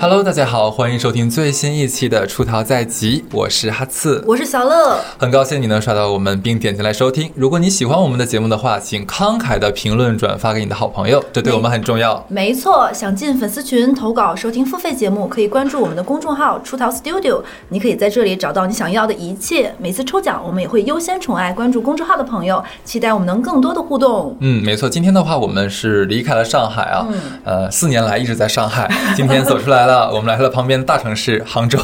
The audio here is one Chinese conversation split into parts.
Hello，大家好，欢迎收听最新一期的《出逃在即》，我是哈刺，我是小乐，很高兴你能刷到我们并点进来收听。如果你喜欢我们的节目的话，请慷慨的评论转发给你的好朋友，这对我们很重要。没错，想进粉丝群投稿收听付费节目，可以关注我们的公众号“出逃 Studio”，你可以在这里找到你想要的一切。每次抽奖，我们也会优先宠爱关注公众号的朋友，期待我们能更多的互动。嗯，没错，今天的话我们是离开了上海啊，嗯呃，四年来一直在上 海，今天走出来了，我们来到了旁边的大城市杭州。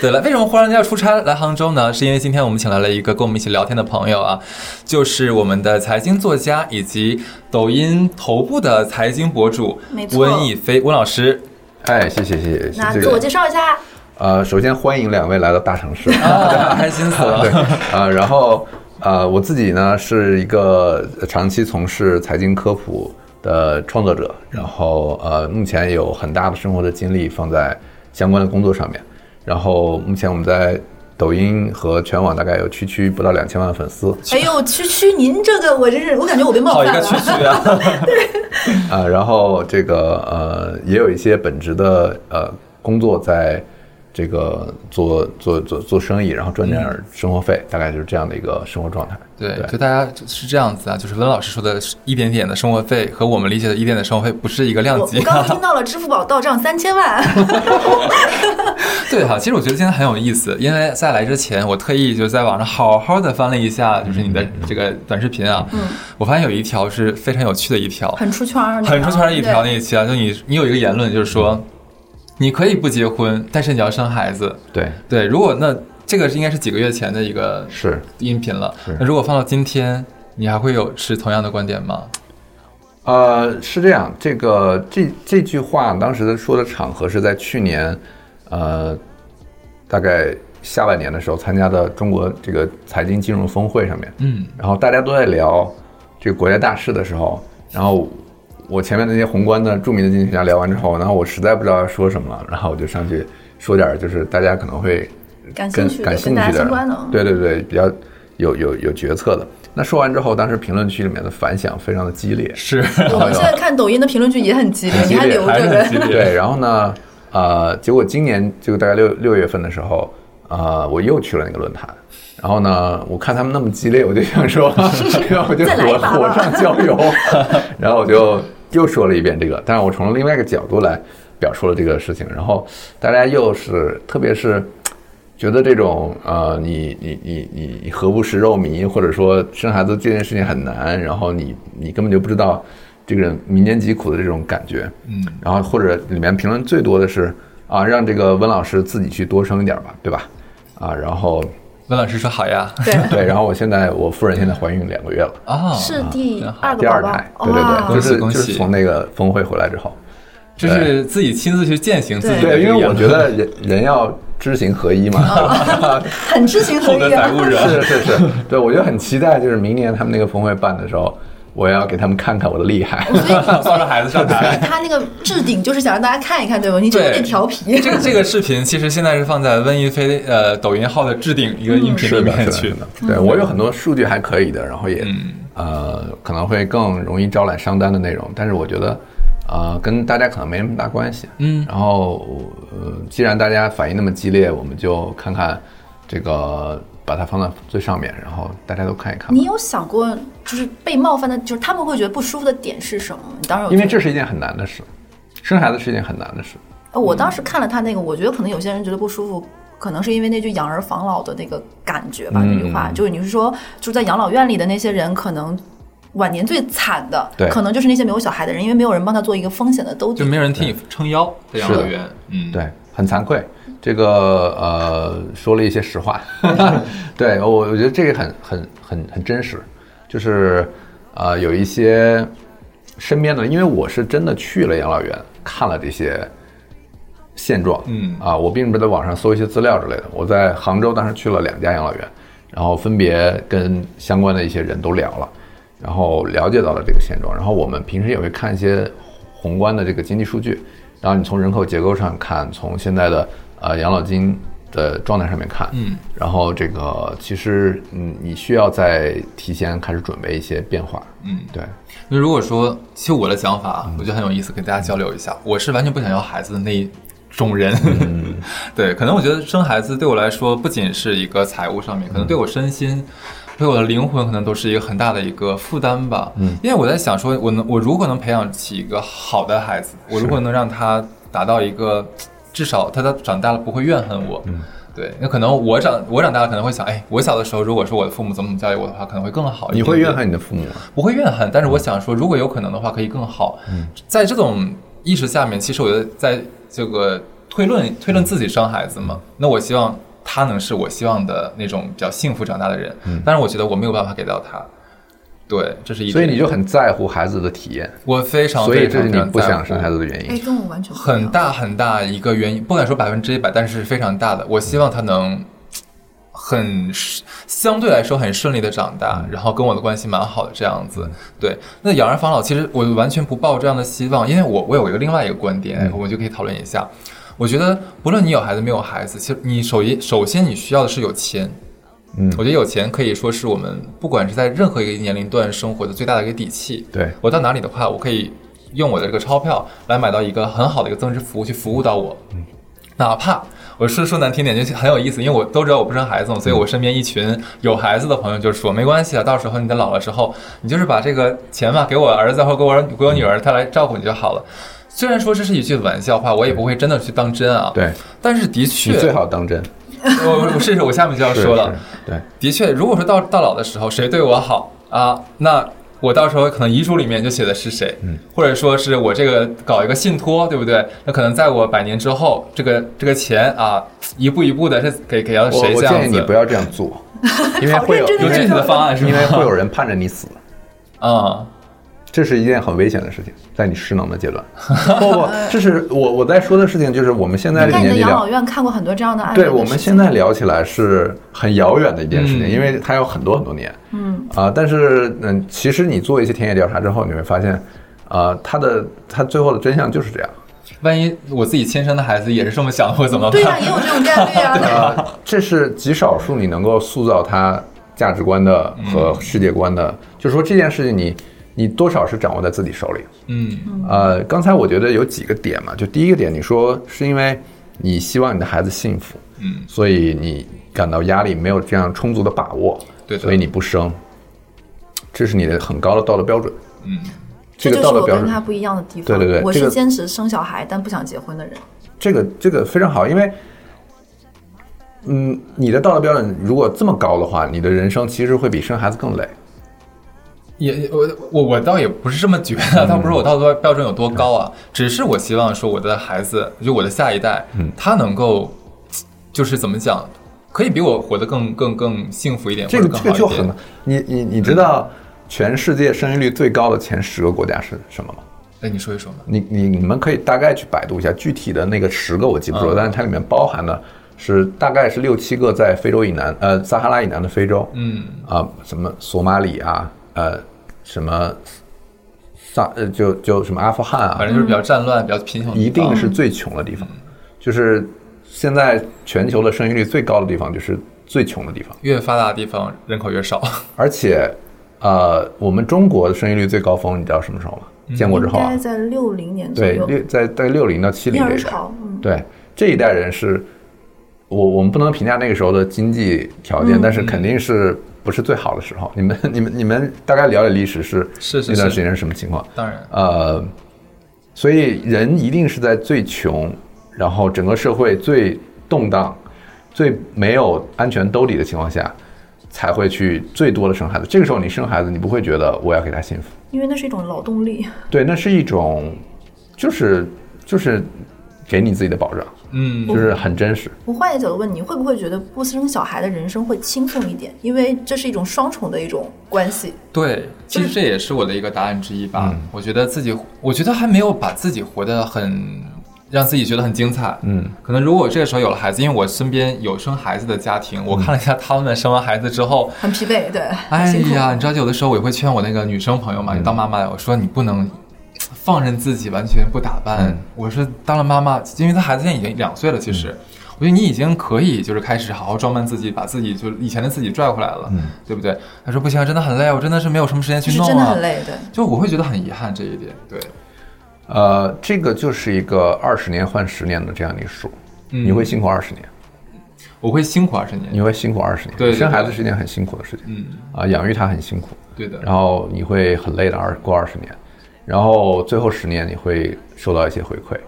对了，为什么忽然间要出差来杭州呢？是因为今天我们请来了一个跟我们一起聊天的朋友啊，就是我们的财经作家以及抖音头部的财经博主没错温亦菲温老师。哎，谢谢谢谢那谢自我谢。介绍一下，呃，首先欢迎两位来到 大城市， 啊，开心死对了！，呃，然后呃，我自己呢是一个长期从事财经科普的创作者，然后呃，目前有很大的生活的精力放在相关的工作上面，然后目前我们在抖音和全网大概有区区不到两千万粉丝，哎呦，区区您这个，我真是，我感觉我被冒好一犯个蛐了。蛐 啊！啊，然后这个呃，也有一些本职的呃工作在这个做做做做生意，然后赚点儿生活费，大概就是这样的一个生活状态。嗯对，就大家是这样子啊，就是温老师说的一点点的生活费和我们理解的一点点生活费不是一个量我级啊我。刚刚听到了支付宝到账三千万， 对哈，其实我觉得今天很有意思，因为在来之前，我特意就在网上好好的翻了一下，就是你的这个短视频啊，我发现有一条是非常有趣的一条，很出圈儿那个，很出圈的一条对那一期啊，就你你有一个言论就是说，你可以不结婚，但是你要生孩子。对，对，如果那这个是应该是几个月前的一个是音频了是。那如果放到今天，你还会有持同样的观点吗？呃，是这样，这个这这句话当时的说的场合是在去年，呃，大概下半年的时候参加的中国这个财经金融峰会上面，嗯，然后大家都在聊这个国家大事的时候，然后我前面那些宏观的著名的经济学家聊完之后，然后我实在不知道要说什么了，然后我就上去说点儿就是大家可能会感兴跟趣的感兴跟大趣家的嗯相关的，对对对，比较有有有决策的。那说完之后，当时评论区里面的反响非常的激烈，是，我们现在看抖音的评论区也很激 烈，很你激烈还留还着是呢很激。烈。对，然后呢，呃，结果今年就大概六六月份的时候，呃，我又去了那个论坛。然后呢，我看他们那么激烈，我就想说， 然后我就再来一火把吧火上浇油， 然后我就又说了一遍这个，但是我从另外一个角度来表述了这个事情。然后大家又是，特别是觉得这种呃，你你你你你何不食肉糜，或者说生孩子这件事情很难，然后你你根本就不知道这个民间疾苦的这种感觉，嗯，然后或者里面评论最多的是啊，让这个温老师自己去多生一点吧，对吧？啊，然后温老师说好呀。对，对，然后我现在我夫人现在怀孕两个月了，啊，是第二第个二宝胎，宝，对对哇对，就是恭就喜是从那个峰会回来之后，这是自己亲自去践行自己的对，这因个为言我论觉得人人要知行合一嘛，很知行合 厚德一载啊。物人。是是是，对我就很期待，就是明年他们那个峰会办的时候，我要给他们看看我的厉害。 嗯抱着孩子上台。 他那个置顶就是想让大家看一看，对吧？你这有对点调皮。这个这个视频其实现在是放在温亦菲呃抖音号的置顶一个音频里嗯是的，面是去的，是的。对我有很多数据还可以的，然后也、呃可能会更容易招揽商单的内容，但是我觉得呃跟大家可能没什么大关系。嗯，然后呃既然大家反应那么激烈，我们就看看这个把它放到最上面，然后大家都看一看吧。你有想过，就是被冒犯的，就是他们会觉得不舒服的点是什么吗？你当时有觉因得，为这是一件很难的事，生孩子是一件很难的事。呃我当时看了他那个，我觉得可能有些人觉得不舒服，可能是因为那句“养儿防老”的那个感觉吧。那句话嗯就是你是说，就在养老院里的那些人，可能晚年最惨的对，可能就是那些没有小孩的人，因为没有人帮他做一个风险的兜底就。没有人替你撑腰在养老院。嗯，对，很惭愧，这个呃说了一些实话，对我我觉得这个很很很很真实，就是呃有一些身边的，因为我是真的去了养老院看了这些现状，嗯啊，我并不是在网上搜一些资料之类的，我在杭州当时去了两家养老院，然后分别跟相关的一些人都聊了。然后了解到了这个现状，然后我们平时也会看一些宏观的这个经济数据，然后你从人口结构上看，从现在的呃养老金的状态上面看，嗯，然后这个其实嗯你需要在提前开始准备一些变化，嗯，对，啊嗯那如果说，其实我的想法，我觉得很有意思，跟大家交流一下。我是完全不想要孩子的那一种人。嗯 对，可能我觉得生孩子对我来说不仅是一个财务上面，可嗯能对我身心。对我的灵魂可能都是一个很大的一个负担吧，嗯，因为我在想说，我能我如何能培养起一个好的孩子，我如何能让他达到一个至少他他长大了不会怨恨我，嗯，对，那可能我长我长大了可能会想，哎，我小的时候如果说我的父母怎么怎么教育我的话，可能会更好一点。你会怨恨你的父母吗？不会怨恨，但是嗯我想说，如果有可能的话，可以更好。在这种意识下面，其实我觉得在这个推嗯论推论自己生孩子嘛，那我希望他能是我希望的那种比较幸福长大的人，但是我觉得我没有办法给到他。对，这是一点。嗯所以你就很在乎孩子的体验，我非常，所以这非是常你不非常在乎想生孩子的原哎，因。跟我完全不一样很大很大一个原因，不敢说百分之一百，但是非常大的。我希望他能很顺相对来说很顺利的长大，然后跟我的关系蛮好的这样子。对，那养儿防老，其实我完全不抱这样的希望，因为我我有一个另外一个观点，哎我就可以讨论一下。我觉得不论你有孩子没有孩子，其实你首一首先你需要的是有钱。嗯我觉得有钱可以说是我们不管是在任何一个年龄段生活的最大的一个底气。对，我到哪里的话，我可以用我的这个钞票来买到一个很好的一个增值服务去服务到我，嗯哪怕。我是说难听点，就是很有意思，因为我都知道我不生孩子嘛，所以我身边一群有孩子的朋友就说，没关系啊，到时候你等老了之后，你就是把这个钱嘛给我儿子或给我儿给我女儿，她来照顾你就好了。虽然说这是一句玩笑话，我也不会真的去当真啊。，对，但是的你确， 最好当真。我我试试，我下面就要说了，是，是对，的确，如果说到到老的时候，谁对我好啊，那我到时候可能遗嘱里面就写的是谁，嗯或者说是我这个搞一个信托，对不对？那可能在我百年之后，这个这个钱啊，一步一步的是给给到我谁我这样建子？议你不要这 样做，因为会有好认真有地具体的方案是吗？因为会有人盼着你死，啊、这是一件很危险的事情，在你失能的 阶段。不不，这是我我在说的事情，就是我们现在这你个看你年的养纪聊老，院看过很多这样的案例的对事情。我们现在聊起来是很遥远的一件事情，嗯因为它有很多很多年。嗯啊、但是嗯，其实你做一些田野调查之后，你会发现，啊，它的它最后的真相就是这样。万一我自己亲生的孩子也是这么想的，我怎么办？对呀、啊也有这种概率 啊。啊，这是极少数你能够塑造他价值观的和嗯世界观的，就是说这件事情你你多少是掌握在自己手里。嗯呃，刚才我觉得有几个点嘛，就第一个点，你说是因为你希望你的孩子幸福，嗯，所以你感到压力，没有这样充足的把握，对的所以你不生，这是你的很高的道德标准。嗯，这就个是道德我标跟准，他不一样的地方。对对对我这是个坚持生小孩但不想结婚的人。这个这个非常好，因为，嗯，你的道德标准如果这么高的话，你的人生其实会比生孩子更累。也我我我倒也不是这么觉嗯得，倒不是我道德标准有多高啊，只是我希望说我的孩子，就我的下一代，嗯他能够就是怎么讲，可以比我活得更更更幸福一点，这个或者这更个好一就点很，你你你知道全世界生育率最高的前十个国家是什么吗？哎，你说一说嘛，你你你们可以大概去百度一下具体的那个十个我记不住了，嗯但是它里面包含的是大概是六七个在非洲以南，呃，撒哈拉以南的非洲，嗯啊、什么索马里啊，呃，什么萨呃就就什么阿富汗啊，反正就是比较战乱、比较贫穷的地一方，定是最穷的地方，就是现在全球的生育率最高的地方就是最穷的地方，越发达的地方人口越少， 而且，呃，我们中国的生育率最高峰，你知道什么时候嗯吗？建国之后应啊该，在六零年左对，右。六在在六零到七零婴这儿一代，潮，嗯，对这一代人是，我我们不能评价那个时候的经济条嗯件，但嗯是肯定是不是最好的时候。你们你们你们大概了解历史是是是那段是时间是什么情况？当然，呃，所以人一定是在最穷，然后整个社会最动荡、最没有安全兜底的情况下，才会去最多的生孩子。这个时候你生孩子，你不会觉得我要给他幸福，因为那是一种劳动力，对，那是一种，就是就是给你自己的保障，嗯就是很真实。我换一个角度问你，会不会觉得不生小孩的人生会轻松一点？因为这是一种双重的一种关系。对，其实这也是我的一个答案之一吧。我觉得自己，我觉得还没有把自己活得很，让自己觉得很精彩。嗯，可能如果我这个时候有了孩子，因为我身边有生孩子的家庭，我看了一下他们生完孩子之后，很疲惫，对， 哎很辛苦呀，你知道，有的时候我也会劝我那个女生朋嗯友嘛，你当妈妈的，我说你不能放任自己完全不打扮。嗯我说当了妈妈，因为她孩子现在已经两岁了，其实。我觉得你已经可以，就是开始好好装扮自己，把自己就以前的自己拽回来了，嗯对不对？她说不行，真的很累，我真的是没有什么时间就去是弄啊。真的很累，对。就我会觉得很遗憾这一点，对，呃，这个就是一个二十年换十年的这样的一个数，嗯你会辛苦二十年，我会辛苦二十年你。会辛苦二十年。对对生孩子是一件很辛苦的事情，嗯，啊，养育他很辛苦，对的。然后你会很累的二过二十年，然后最后十年你会收到一些回馈，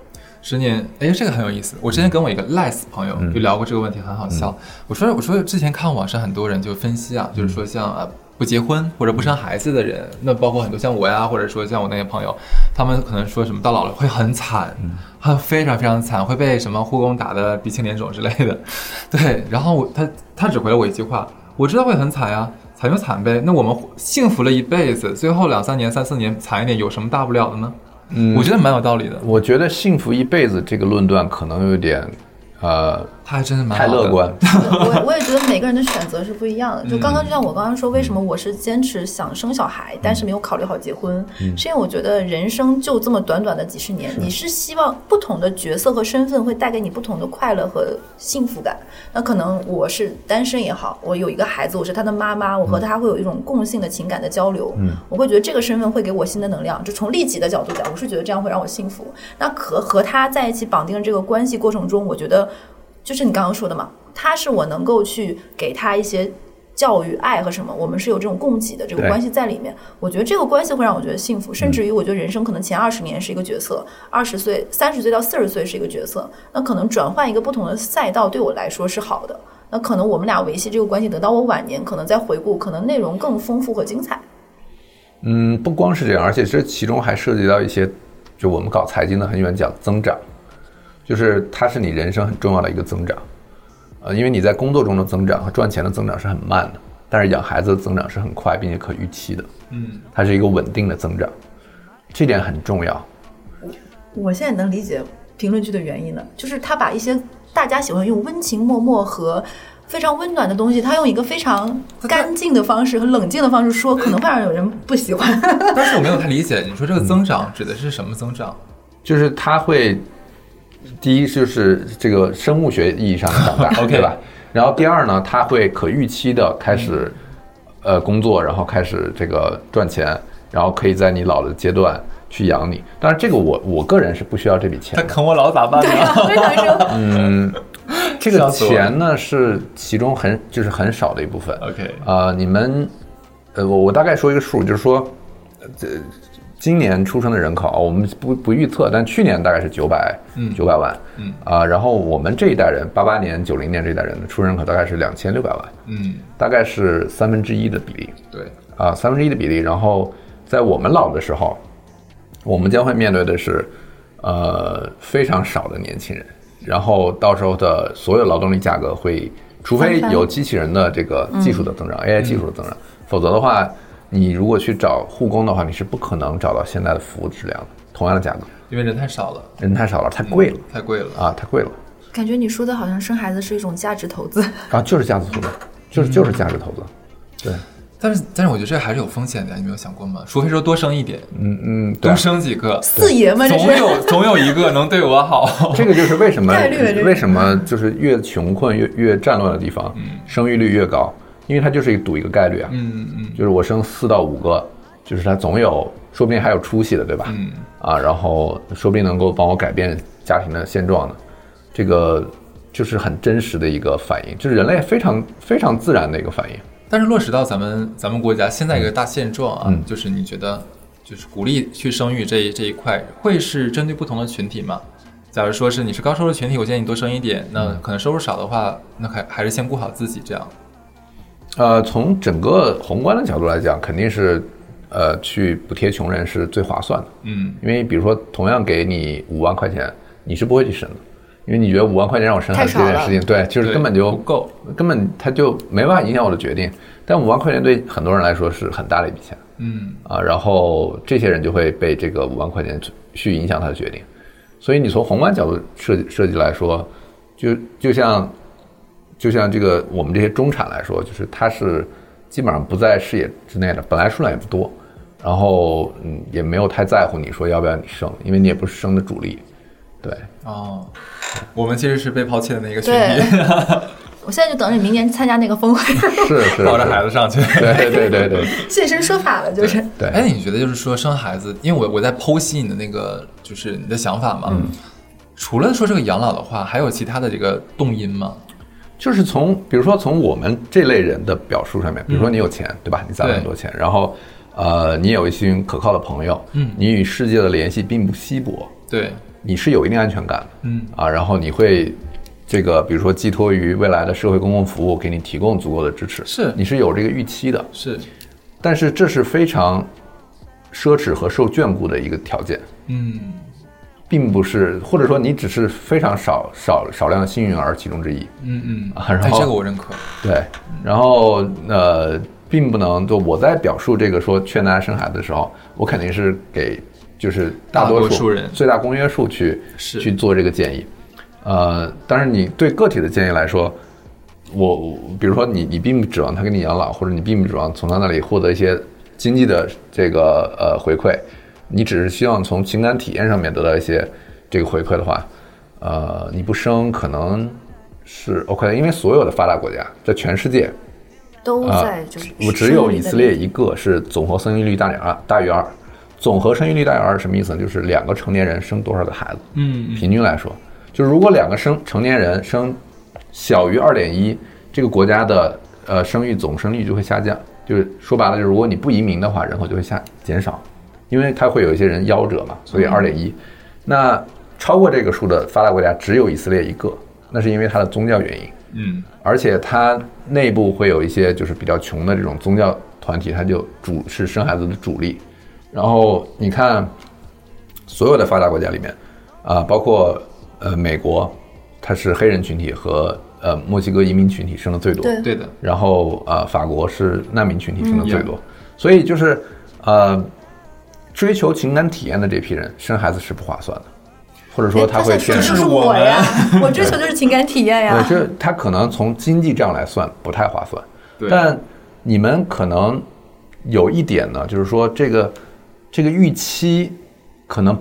十年，哎，这个很有意思。我之前跟我一个 less 朋友就聊过这个问题，很好笑。我说，我说之前看网上很多人就分析啊，就是说像啊不结婚或者不生孩子的人，那包括很多像我呀，或者说像我那些朋友，他们可能说什么到老了会很惨，很非常非常惨，会被什么护工打的鼻青脸肿之类的。 对，然后我他他只回了我一句话，我知道会很惨呀。惨就惨呗，那我们幸福了一辈子，最后两三年、三四年惨一点，有什么大不了的呢？嗯，我觉得蛮有道理的。我觉得幸福一辈子这个论断可能有点，呃，他还真是蛮太好乐的观。我我也觉得每个人的选择是不一样的。就刚刚就像我刚刚说，为什么我是坚持想生小孩，但是没有考虑好结婚，是因为我觉得人生就这么短短的几十年，你是希望不同的角色和身份会带给你不同的快乐和幸福感。那可能我是单身也好，我有一个孩子，我是他的妈妈，我和他会有一种共性的情感的交流。我会觉得这个身份会给我新的能量。就从利己的角度讲，我是觉得这样会让我幸福。那可和他在一起绑定这个关系过程中，我觉得。就是你刚刚说的嘛，他是我能够去给他一些教育、爱和什么，我们是有这种供给的这个对关系在里面。我觉得这个关系会让我觉得幸福，甚至于我觉得人生可能前二十年是一个角色，二十岁、三十岁到四十岁是一个角色，那可能转换一个不同的赛道对我来说是好的。那可能我们俩维系这个关系，等到我晚年可能再回顾，可能内容更丰富和精彩。嗯，不光是这样，而且这其中还涉及到一些，就我们搞财经的很喜欢讲增长，就是它是你人生很重要的一个增长，呃，因为你在工作中的增长和赚钱的增长是很慢的，但是养孩子的增长是很快并且可预期的，嗯，它是一个稳定的增长，这点很重要。我现在能理解评论区的原因了，就是他把一些大家喜欢用温情脉脉和非常温暖的东西，他用一个非常干净的方式和冷静的方式说，可能会让有人不喜 欢。但是我没有太理解，你说这个增长指的是什么增长？就是它会，第一就是这个生物学意义上的长大 OK 对吧？然后第二呢，它会可预期的开始，呃，工作，然后开始这个赚钱，然后可以在你老的阶段去养你。当然，这个我我个人是不需要这笔钱他的。啃我老咋办对呢？呀、非常生。嗯，这笑个死我了钱呢是其中很就是很少的一部分。 OK 啊，你们，呃，我我大概说一个数，就是说，呃，这今年出生的人口，啊我们不不预测，但去年大概是九百嗯九百万，嗯啊、然后我们这一代人，八八年、九零年这一代人的出生人口大概是两千六百万，嗯，大概是三分之一的比例对，啊，三分之一的比例。然后在我们老的时候，我们将会面对的是，呃，非常少的年轻人，然后到时候的所有劳动力价格会，除非翻番嗯有机器人的这个技术的增长、a i 技术的增长，否则的话，你如果去找护工的话，你是不可能找到现在的服务质量的，同样的价格，因为人太少了，人太少了，太贵了、太贵了。啊，太贵了。 感觉你说的好像生孩子是一种价值投资， 啊，就是价值投资，就是就是价值投资。但是，但是我觉得这还是有风险的，你没有想过吗？除非说多生一点，嗯嗯，对多，生几个，四爷嘛，这总是。有总有一个能对我好。 这个就是为什么嗯概率这是为什么就是越穷困越越战乱的地方，生育率越高，因为它就是赌一个概率啊，嗯嗯就是我生四到五个，就是它总有，说不定还有出息的，对吧？嗯，啊，然后说不定能够帮我改变家庭的现状呢，这个就是很真实的一个反应，就是人类非常非常自然的一个反应。但是落实到咱们咱们国家现在一个大现状啊，嗯就是你觉得，就是鼓励去生育这一这一块，会是针对不同的群体吗？假如说是你是高收入群体，我建议你多生一点。嗯那可能收入少的话，那还还是先顾好自己这样。呃，从整个宏观的角度来讲，肯定是，呃，去补贴穷人是最划算的。嗯，因为比如说，同样给你五万块钱，你是不会去生的，因为你觉得五万块钱让我生孩子太这少件了事情，对，就是对根本就不够，根本他就没办法影响我的决定。但五万块钱对很多人来说是很大的一笔钱嗯啊，然后这些人就会被这个五万块钱去影响他的决定。所以你从宏观角度设计设计来说，就就像就像这个我们这些中产来说，就是它是基本上不在视野之内的，本来数量也不多，然后嗯也没有太在乎你说要不要你生，因为你也不是生的主力，对，哦，我们其实是被抛弃的那个群对体，，我现在就等着你明年参加那个峰会， 是是抱着孩是，子上去。对对对对现身说法了，就是。对哎，你觉得就是说生孩子，因为我我在剖析你的那个就是你的想法嘛。嗯除了说这个养老的话，还有其他的这个动因吗？就是从比如说从我们这类人的表述上面，嗯比如说你有钱，对吧？你攒了很多钱，然后呃，你有一群可靠的朋友，嗯你与世界的联系并不稀薄，对，你是有一定安全感的，嗯啊，然后你会这个比如说寄托于未来的社会公共服务给你提供足够的支持，是你是有这个预期的，是，但是这是非常奢侈和受眷顾的一个条件，嗯并不是或者说你只是非常少少少量的幸运儿其中之一，嗯嗯，啊然哎，后这个我认可。对，然后呃，并不能就我在表述这个说劝大家生孩子的时候，我肯定是给就是大多多数人最大公约数去是去做这个建议。呃，但是你对个体的建议来说，我我比如说你你并不指望他给你养老，或者你并不指望从他那里获得一些经济的这个呃回馈，你只是希望从情感体验上面得到一些这个回馈的话，呃，你不生可能是 OK，因为所有的发达国家在全世界，都啊在就是我只有生育以的色列一个是总和生育率大于二，大于二。总和生育率大于二是什么意思呢？就是两个成年人生多少个孩子，嗯平均来说，就是如果两个生成年人生小于二点一，这个国家的呃生育总生育率就会下降。就是说白了，就是如果你不移民的话，人口就会下减少，因为它会有一些人夭折嘛，所以二点一。那超过这个数的发达国家只有以色列一个，那是因为它的宗教原因。嗯而且它内部会有一些就是比较穷的这种宗教团体，它就主是生孩子的主力。然后你看，所有的发达国家里面，啊、包括呃美国，它是黑人群体和呃墨西哥移民群体生的最多。对嗯，对的，然后呃，法国是难民群体生的最嗯多，所以就是呃，追求情感体验的这批人生孩子是不划算的，或者说对哎他会想说偏是的就是我我们呀， 我追求就是情感体验对，呀。这它可能从经济账来算不太划算，对但你们可能有一点呢，就是说这个这个预期可能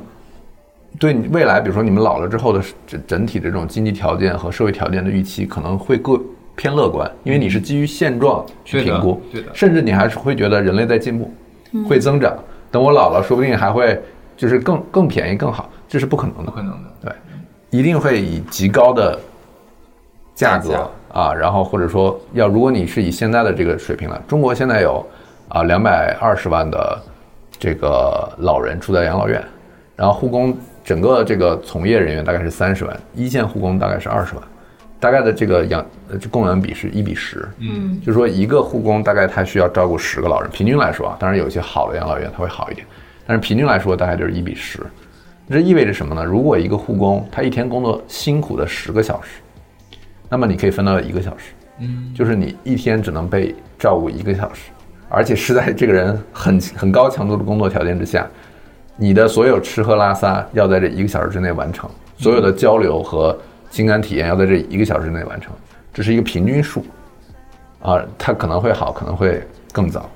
对你未来，比如说你们老了之后的整整体的这种经济条件和社会条件的预期，可能会更偏乐观，因为你是基于现状去对的评估，对的甚至你还是会觉得人类在进步，会增长。等我老了，说不定还会就是更更便宜更好，这是不可能不。的可能的。对，一定会以极高的价价格啊，然后或者说要，如果你是以现在的这个水平来，中国现在有啊两百二十万的这个老人住在养老院，然后护工整个这个从业人员大概是三十万，一线护工大概是二十万，大概的这个养呃这供养比是一比十，嗯，就是说一个护工大概他需要照顾十个老人，平均来说啊，当然有一些好的养老院它会好一点，但是平均来说大概就是一比十。这意味着什么呢？如果一个护工他一天工作辛苦的十个小时，那么你可以分到一个小时，嗯，就是你一天只能被照顾一个小时，而且是在这个人很很高强度的工作条件之下，你的所有吃喝拉撒要在这一个小时之内完成，所有的交流和情感体验要在这一个小时之内完成，这是一个平均数，啊，它可能会好，可能会更糟，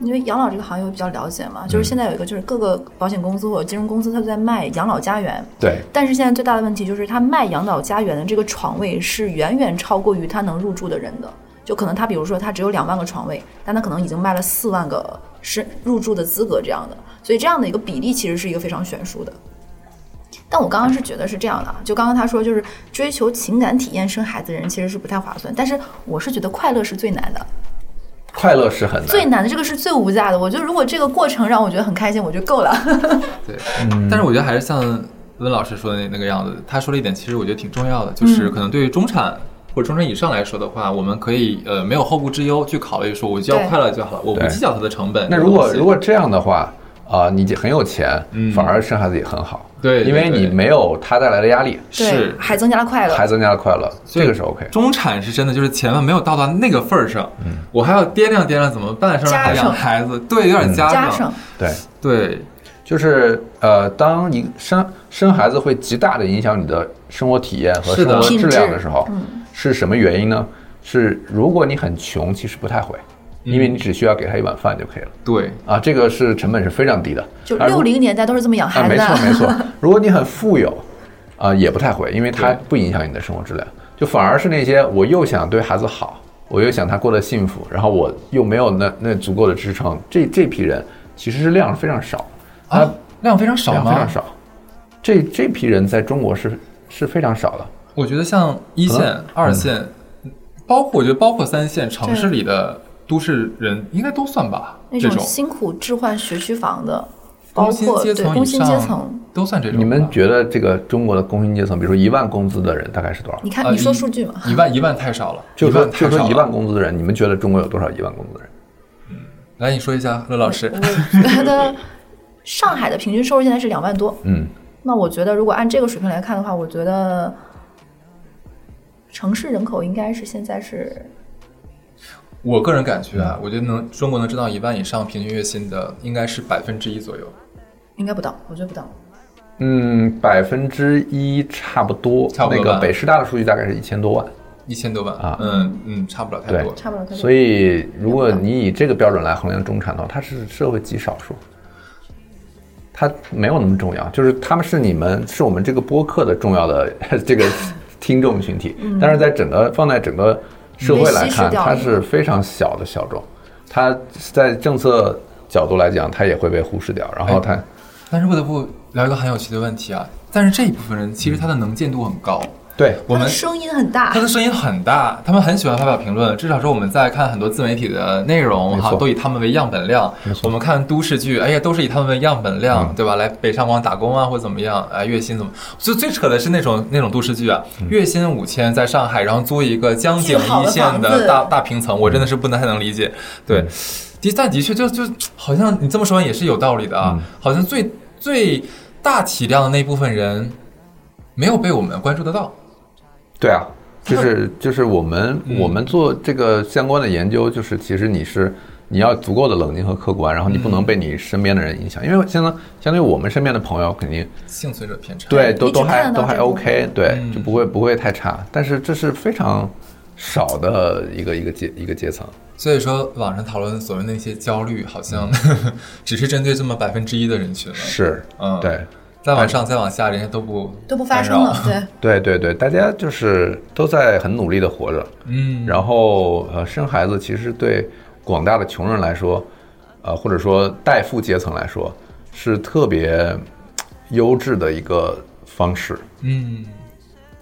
因为养老这个行业我比较了解嘛，就是现在有一个就是各个保险公司或者金融公司，它都在卖养老家园。对，但是现在最大的问题就是，他卖养老家园的这个床位是远远超过于他能入住的人的。就可能他比如说他只有两万个床位，但他可能已经卖了四万个是入住的资格这样的，所以这样的一个比例其实是一个非常悬殊的。但我刚刚是觉得是这样的，啊，就刚刚他说就是追求情感体验生孩子的人其实是不太划算，但是我是觉得快乐是最难的，快乐是很难，最难的这个是最无价的。我觉得如果这个过程让我觉得很开心，我就够了。对。嗯但是我觉得还是像温老师说的那那个样子，他说了一点，其实我觉得挺重要的，就是可能对于中产。或者中产以上来说的话，我们可以呃没有后顾之忧去考虑说，我就要对快乐就好了，我不对计较它的成本。 那这个如果东西如果这样的话，啊、你很有钱，反而生孩子也很好，嗯对对因为对你没有他带来的压力，是 对，还增加了快乐，还增加了快乐，所以这个是 OK。中产是真的，就是钱没有到达那个份儿上，嗯我还要掂量掂量怎么办，生加孩养上孩子，对，有点嗯加加上对，对，就是呃，当你生生孩子会极大的影响你的生活体验和是生的活质量品质嗯的时候，是什么原因呢？是如果你很穷，其实不太会，嗯因为你只需要给他一碗饭就可以了对，啊，这个是成本是非常低的。就啊如六零年代都是这么养啊，孩子没的。错没错。 如果你很富有，啊、也不太会，因为它对不影响你的生活质量，就反而是那些我又想对孩子好，我又想他过得幸福，然后我又没有那那足够的支撑，这这批人其实是量是非常少，啊，量非常少量吗？非常少。这这批人在中国是是非常少的。我觉得像一线、嗯二线，包括我觉得包括三线城市里的都市人，应该都算吧。 那这种种辛苦置换学区房的，包工薪括阶对层工以薪阶上层，都算这种吧。你们觉得这个中国的工薪阶层，比如说一万工资的人，大概是多少？你看呃你说一数据嘛，一万一万太少了，就一说万就太说少一了万。工资的人，你们觉得中国有多少一万工资的人？来，你说一下，乐老师我，觉得上海的平均收入现在是两万多，嗯，那我觉得如果按这个水平来看的话，我觉得城市人口应该是现在是我个人感觉啊，我觉得能中国能挣到一万以上平均月薪的，应该是百分之一左右，应该不到，我觉得不到。嗯，百分之一差不多，差不多那个吧北师大的数据大概是一千多万，一千多万啊嗯嗯，差不了太对多。差不了太多。所以如果你以这个标准来衡量中产的话，它是社会极少数，它没有那么重要。就是他们是你们是我们这个播客的重要的 这个听众群体，但是在整个放在整个社会嗯来被稀释看，掉了它是非常小的小众，它在政策角度来讲，它也会被忽视掉，然后哎它。但是不得不聊一个很有趣的问题啊，但是这一部分人其实他的能见度很高，对，我他们的声音很大他，的声音很大，他们很喜欢发表评论。至少说我们在看很多自媒体的内容没错哈，都以他们为样本量。我们看都市剧，哎呀，都是以他们为样本量，嗯对吧？来北上广打工啊，或怎么样？哎，月薪怎么？就最扯的是那种那种都市剧啊，嗯月薪五千，在上海，然后租一个江景巨好一的线房的子大大平层，我真的是不太能理嗯解。对，的但的确就就好像你这么说也是有道理的啊，嗯好像最最大体量的那部分人没有被我们关注得到。对 啊，就是就是我们、嗯我们做这个相关的研究，就是其实你是你要足够的冷静和客观，然后你嗯不能被你身边的人影响，因为相当相当于我们身边的朋友肯定幸存者偏差。对都你只都还看得都到还这部分 OK，对，嗯就不会不会太差，但是这是非常少的一个一个阶一个阶层，所以说，网上讨论所谓那些焦虑，好像 只是针对这么百分之一的人群了。是，嗯，。对。再往上，再往下，人家都不都不发声了干。扰。 对，对对对，大家就是都在很努力的活着，嗯，然后呃，生孩子其实对广大的穷人来说，呃，或者说代富阶层来说，是特别嘖优质的一个方式。嗯，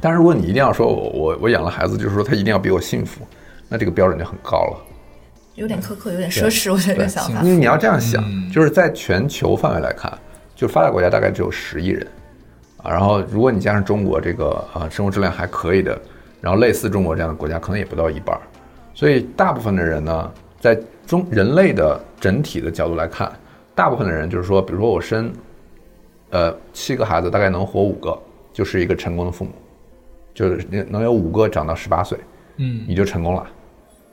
但如果你一定要说我我我养了孩子，就是说他一定要比我幸福，那这个标准就很高了。有嗯点苛刻，有点奢侈，我觉得这个想法因。为你要这样想，嗯就是在全球范围来看，就发达国家大概只有十亿人啊。然后，如果你加上中国这个啊生活质量还可以的，然后类似中国这样的国家，可能也不到一半儿。所以，大部分的人呢，在中人类的整体的角度来看，大部分的人就是说，比如说我生呃七个孩子，大概能活五个，就是一个成功的父母，就是能能有五个长到十八岁，嗯，你就成功了。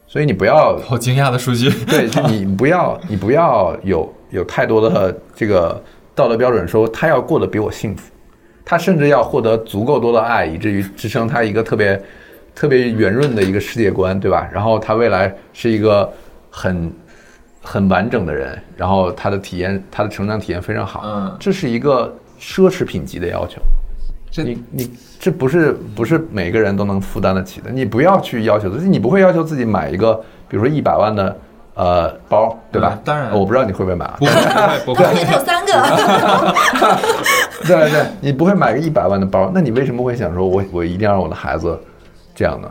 所以你不要好惊讶的数据。对，就你不要，你不要有有太多的这个道德标准，说他要过得比我幸福，他甚至要获得足够多的爱，以至于支撑他一个特别特别圆润的一个世界观，对吧？然后他未来是一个很很完整的人，然后他的体验，他的成长体验非常好，嗯这是一个奢侈品级的要求。这你你这不是不是每个人都能负担得起的，你不要去要求自己，你不会要求自己买一个，比如说一百万的呃包，对吧？嗯当然我不知道你会不会买啊 不。会不会不当年会，他有三个，对对对，你不会买个一百万的包，那你为什么会想说我我一定要让我的孩子这样呢？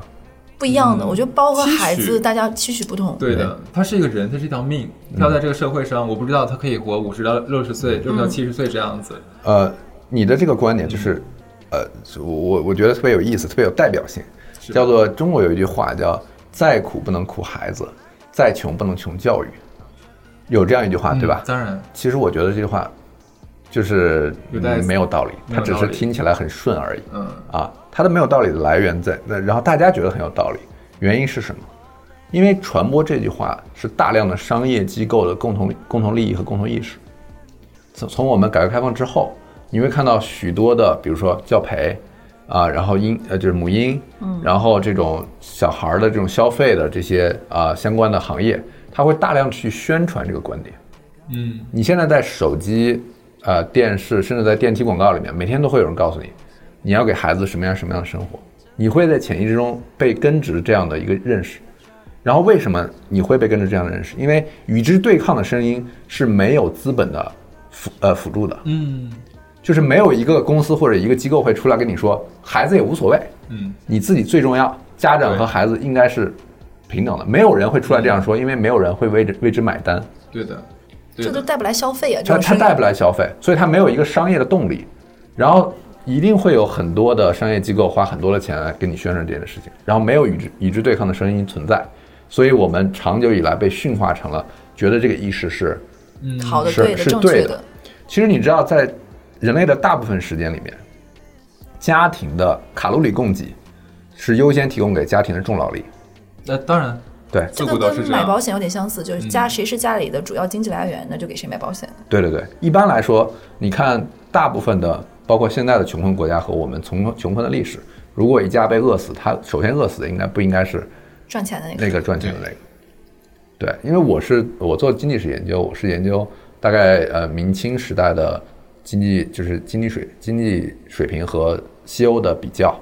不一样的。我觉得包和孩期许子大家期许不同。对的，他是一个人，他是一条命，他要在这个社会上，我不知道他可以活五十到六十岁，六十到七十岁这样子。呃，你的这个观点就是，呃，我我我觉得特别有意思，特别有代表性，叫做中国有一句话叫“再苦不能苦孩子，再穷不能穷教育”，有这样一句啊话，对吧嗯？当然，其实我觉得这句话就是有带嗯没有道理，没有它只道是理听起来很顺而已。嗯啊，它的没有道理的来源在那，然后大家觉得很有道理，原因是什么？因为传播这句话是大量的商业机构的共同共同利益和共同意识。从从我们改革开放之后，你会看到许多的，比如说教培啊，然后婴呃就是母婴，然后这种小孩儿的这种消费的这些啊相关的行业，它会大量去宣传这个观点。嗯，你现在在手机、呃电视，甚至在电梯广告里面，每天都会有人告诉你，你要给孩子什么样什么样的生活，你会在潜意识中被根植这样的一个认识。然后为什么你会被根植这样的认识？因为与之对抗的声音是没有资本的辅呃辅助的，嗯，就是没有一个公司或者一个机构会出来跟你说，孩子也无所谓，嗯，你自己最重要，家长和孩子应该是平等的，没有人会出来这样说，因为没有人会为之为之买单，对的，对这的都带不来消费啊，这他种他声音带不来消费，所以他没有一个商业的动力，然后一定会有很多的商业机构花很多的钱来跟你宣传这件事情，然后没有与之与之对抗的声音存在，所以我们长久以来被驯化成了觉得这个意识是好的、是对的、嗯是正对确的。其实你知道，在人类的大部分时间里面，家庭的卡路里供给是优先提供给家庭的重劳力。那当然，对，这自个古都是跟这样嗯买保险有点相似，就是家、谁是家里的主要经济来源，那就给谁买保险。对对对，一般来说，你看大部分的，包括现在的穷困国家和我们穷穷困的历史，如果一家被饿死，他首先饿死的应该不应该是赚钱的那个，那个赚钱的那个。对，因为我是我做经济史研究，我是研究大概呃明清时代的经济，就是经济水经济水平和西欧的比较。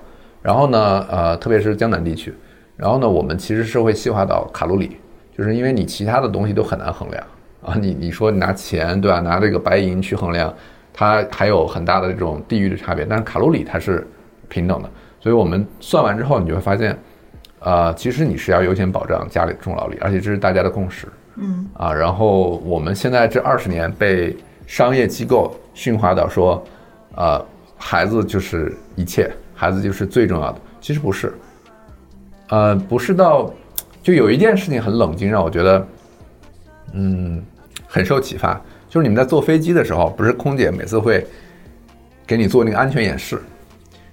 然后呢，呃，特别是江南地区，然后呢，我们其实是会细化到卡路里，就是因为你其他的东西都很难衡量啊。你你说你拿钱对吧，拿这个白银去衡量，它还有很大的这种地域的差别，但是卡路里它是平等的，所以我们算完之后，你就会发现，呃，其实你是要优先保障家里的重劳力，而且这是大家的共识。嗯啊，然后我们现在这二十年被商业机构驯化到说，呃，孩子就是一切，孩子就是最重要的。其实不是，呃，不是到，就有一件事情很冷静，让我觉得，嗯，很受启发。就是你们在坐飞机的时候，不是空姐每次会给你做那个安全演示，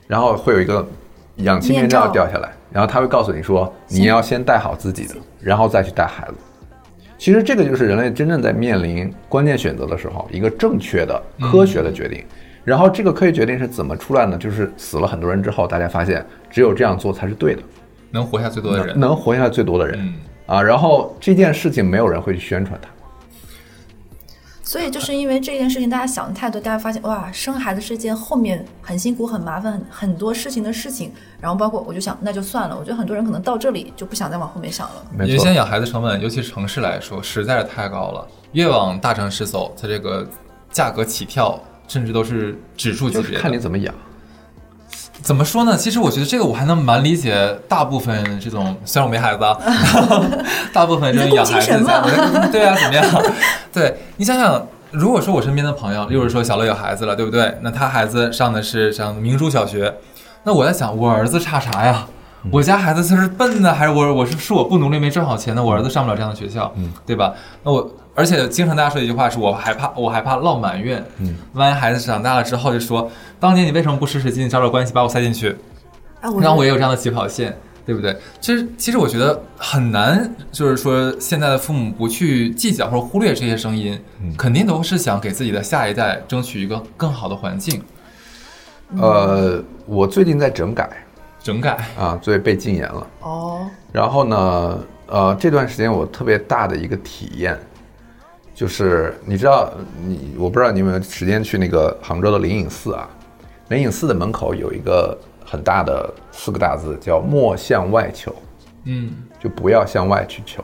然后会有一个氧气面罩面罩掉下来，然后他会告诉你说，你要先带好自己的，然后再去带孩子。其实这个就是人类真正在面临关键选择的时候，一个正确的、科学的决定。然后这个科学决定是怎么出来呢？就是死了很多人之后，大家发现只有这样做才是对的，能活下最多的人，能能活下来最多的人、嗯，啊。然后这件事情没有人会去宣传它，所以就是因为这件事情，大家想的太多，大家发现哇，生孩子是一件后面很辛苦、很麻烦、很很多事情的事情。然后包括我就想，那就算了。我觉得很多人可能到这里就不想再往后面想了。没原错先。养孩子成本，尤其是城市来说，实在是太高了。越往大城市走，它这个价格起跳，甚至都是指数级就是别看的。你怎么养，怎么说呢？其实我觉得这个我还能蛮理解，大部分这种虽然我没孩子啊， 大部分这种养孩子的家长，对啊，怎么样？ 对你想想，如果说我身边的朋友，例如说小乐有孩子了，对不对？那他孩子上的是像明珠小学，那我在想，我儿子差啥呀？我家孩子他是笨呢，还是我我是是我不努力没赚好钱呢？我儿子上不了这样的学校，对吧？那我而且经常大家说一句话是我害怕我害怕落埋怨，万一孩子长大了之后就说，当年你为什么不使使劲找找关系把我塞进去？哎，我觉让得我也有这样的起跑线，对不对？其实，其实我觉得很难，就是说现在的父母不去计较或者忽略这些声音，嗯肯定都是想给自己的下一代争取一个更好的环境。呃，我最近在整改整改， 啊，所以被禁言了。哦，然后呢，呃，这段时间我特别大的一个体验，就是你知道，你我不知道你有没有时间去那个杭州的灵隐寺啊？灵隐寺的门口有一个很大的四个大字叫“莫向外求嗯”，就不要向外去求。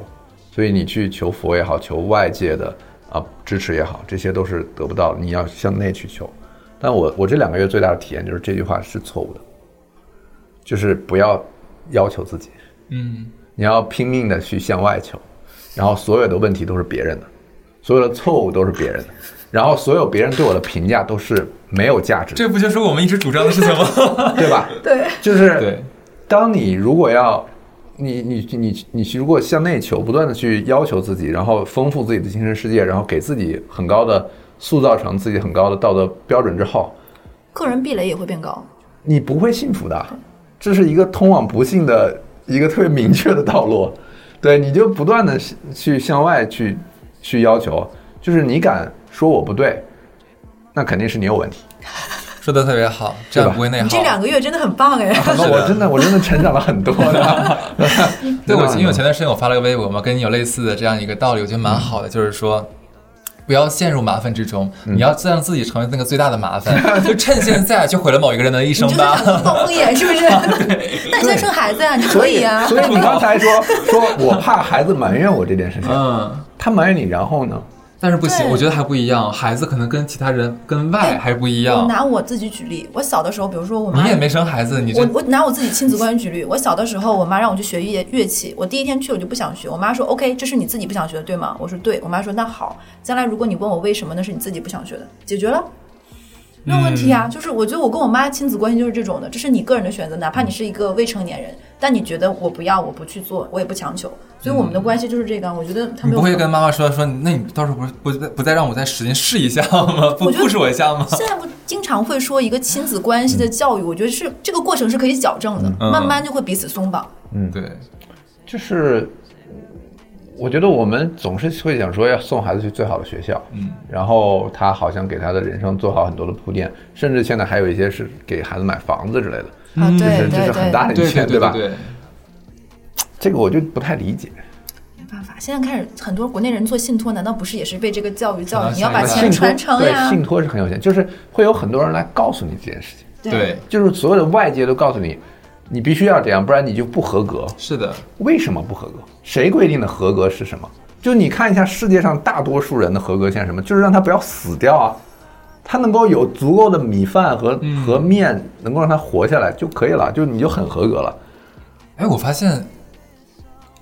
所以你去求佛也好，求外界的啊支持也好，这些都是得不到的，你要向内去求。但我我这两个月最大的体验就是这句话是错误的，就是不要要求自己。嗯，你要拼命的去向外求，然后所有的问题都是别人的，所有的错误都是别人的，然后所有别人对我的评价都是没有价值的，这不就是我们一直主张的事情 吗？对吧？对，就是对，当你如果要你你你你你如果向内求，不断的去要求自己，然后丰富自己的精神世界，然后给自己很高的塑造成自己很高的道德标准之后，个人壁垒也会变高。你不会幸福的，这是一个通往不幸的一个特别明确的道路。对，你就不断的去向外去去要求，就是你敢说我不对，那肯定是你有问题。说的特别哎好，啊这对样吧不会内耗。你这两个月真的很棒哎， 那我真的我真的成长了很多的。对，我真的因为我前段时间我发了个微博嘛，跟你有类似的这样一个道理，我觉得蛮好的，就是说。不要陷入麻烦之中，你要让自己成为那个最大的麻烦，就趁现在去毁了某一个人的一你生就是吧。想暴 风眼是不是？ 那你先生孩子呀，你可以啊。 所以你刚才说说我怕孩子埋怨我这件事情，嗯，他埋怨你，然后呢？但是不行，对我觉得还不一样，孩子可能跟其他人跟外哎还不一我样。拿我自己举例，我小的时候，比如说我妈啊你也没生孩子，你这我我拿我自己亲子关系举例，我小的时候，我妈让我去学乐乐器，我第一天去我就不想学，我妈说 OK，这是你自己不想学的，对吗？我说对，我妈说那好，将来如果你问我为什么，那是你自己不想学的，解决了。没有问题嗯啊，就是我觉得我跟我妈亲子关系就是这种的，这是你个人的选择，哪怕你是一个未成年人，但你觉得我不要，我不去做，我也不强求，所以我们的关系就是这个。啊我觉得他你们不会跟妈妈说说，那你到时候不是不再不再让我再使劲试一下吗？ 不我觉得不试我一下吗？现在不经常会说一个亲子关系的教育，我觉得是这个过程是可以矫正的，嗯慢慢就会彼此松绑。对，就是我觉得我们总是会想说要送孩子去最好的学校，嗯，然后他好像给他的人生做好很多的铺垫，甚至现在还有一些是给孩子买房子之类的，啊，对嗯这对是对，这是很大的一对对切，对吧？对，这个我就不太理解。没办法，现在开始很多国内人做信托，难道不是也是被这个教育教传育？到你要把下一代嗯钱信托传承对呀。信托是很有钱，就是会有很多人来告诉你这件事情，对就是所有的外界都告诉你，你必须要这样，不然你就不合格。是的，为什么不合格？谁规定的合格是什么？就你看一下世界上大多数人的合格线是什么，就是让他不要死掉啊，他能够有足够的米饭和、和面，能够让他活下来就可以了，就你就很合格了。哎，我发现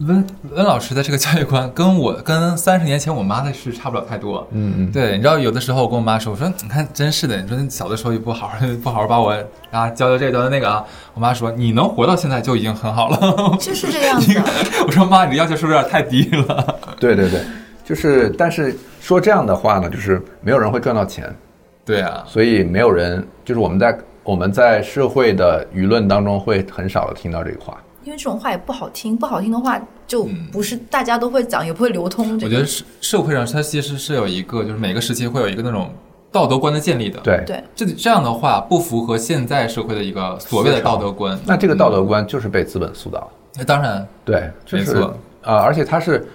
温温老师的这个教育观跟我跟三十年前我妈的是差不了太多。嗯嗯，对，你知道有的时候我跟我妈说，我说你看真是的，你说你小的时候也不好 好不好好把我啊教教这个教教那个啊，我妈说你能活到现在就已经很好了。 就是这样子的，我说妈，你的要求是不是有点太低了？ 对对对，就是但是说这样的话呢，就是没有人会赚到钱，对啊，所以没有人就是我们在我们在社会的舆论当中会很少的听到这个话。因为这种话也不好听，不好听的话就不是大家都会讲，也不会流通。我这觉个得社社会上它其实是有一个，就是每个时期会有一个那种道德观的建立的。，对对，这这样的话不符合现在社会的一个所谓的道德观。那这个道德观就是被资本塑造的。那当然，对，就没是错啊，而且它是，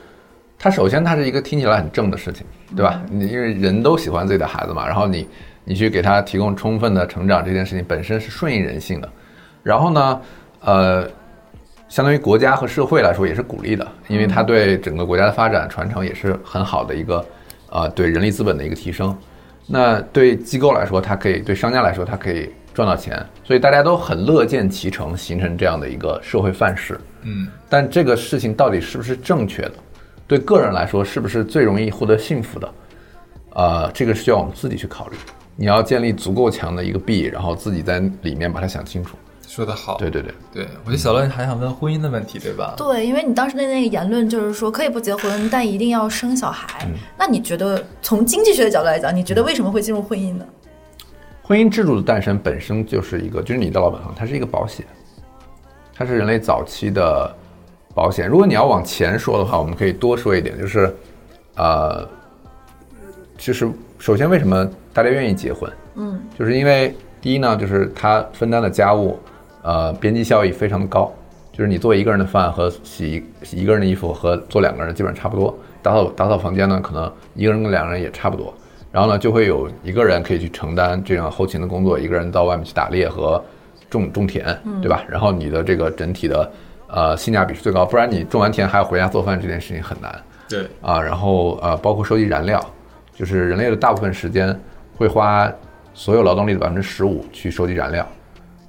它首先它是一个听起来很正的事情，对吧？嗯你因为人都喜欢自己的孩子嘛，然后你你去给他提供充分的成长，这件事情本身是顺应人性的。然后呢，呃，相当于国家和社会来说也是鼓励的，因为嗯它对整个国家的发展传承也是很好的一个，呃，对人力资本的一个提升。那对机构来说，它可以对商家来说，它可以赚到钱，所以大家都很乐见其成，形成这样的一个社会范式。嗯，但这个事情到底是不是正确的，对个人来说是不是最容易获得幸福的，呃，这个需要我们自己去考虑。你要建立足够强的一个壁，然后自己在里面把它想清楚。说得好。对对对，对，我觉得小乐还想问婚姻的问题，对吧？对，因为你当时的那个言论就是说可以不结婚，但一定要生小孩。那你觉得从经济学的角度来讲，你觉得为什么会进入婚姻呢？婚姻制度的诞生本身就是一个，就是你的老本行，它是一个保险，它是人类早期的保险。如果你要往前说的话，我们可以多说一点，就是，呃，就是首先为什么大家愿意结婚？嗯，就是因为第一呢，就是他分担的家务，呃，边际效益非常的高，就是你做一个人的饭和洗洗一个人的衣服和做两个人基本上差不多，打扫打扫房间呢，可能一个人跟两个人也差不多。然后呢，就会有一个人可以去承担这样后勤的工作，一个人到外面去打猎和种种田，对吧？然后你的这个整体的呃性价比是最高，不然你种完田还要回家做饭，这件事情很难。对，啊，然后呃，包括收集燃料，就是人类的大部分时间会花所有劳动力的百分之十五去收集燃料，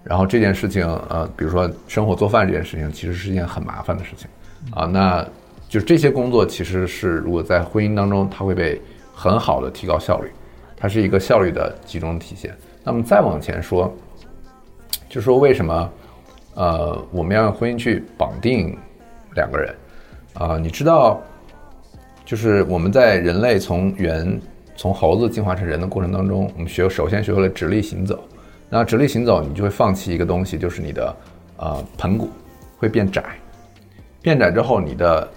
然后这件事情呃，比如说生火做饭这件事情，其实是一件很麻烦的事情啊。那就是这些工作其实是如果在婚姻当中，它会被很好的提高效率，它是一个效率的集中体现。那么再往前说，就说为什么呃我们要用婚姻去绑定两个人啊、你知道。就是我们在人类从猿从猴子进化成人的过程当中，我们学首先学会了直立行走。那直立行走，你就会放弃一个东西，就是你的呃盆骨会变窄，变窄之后，你的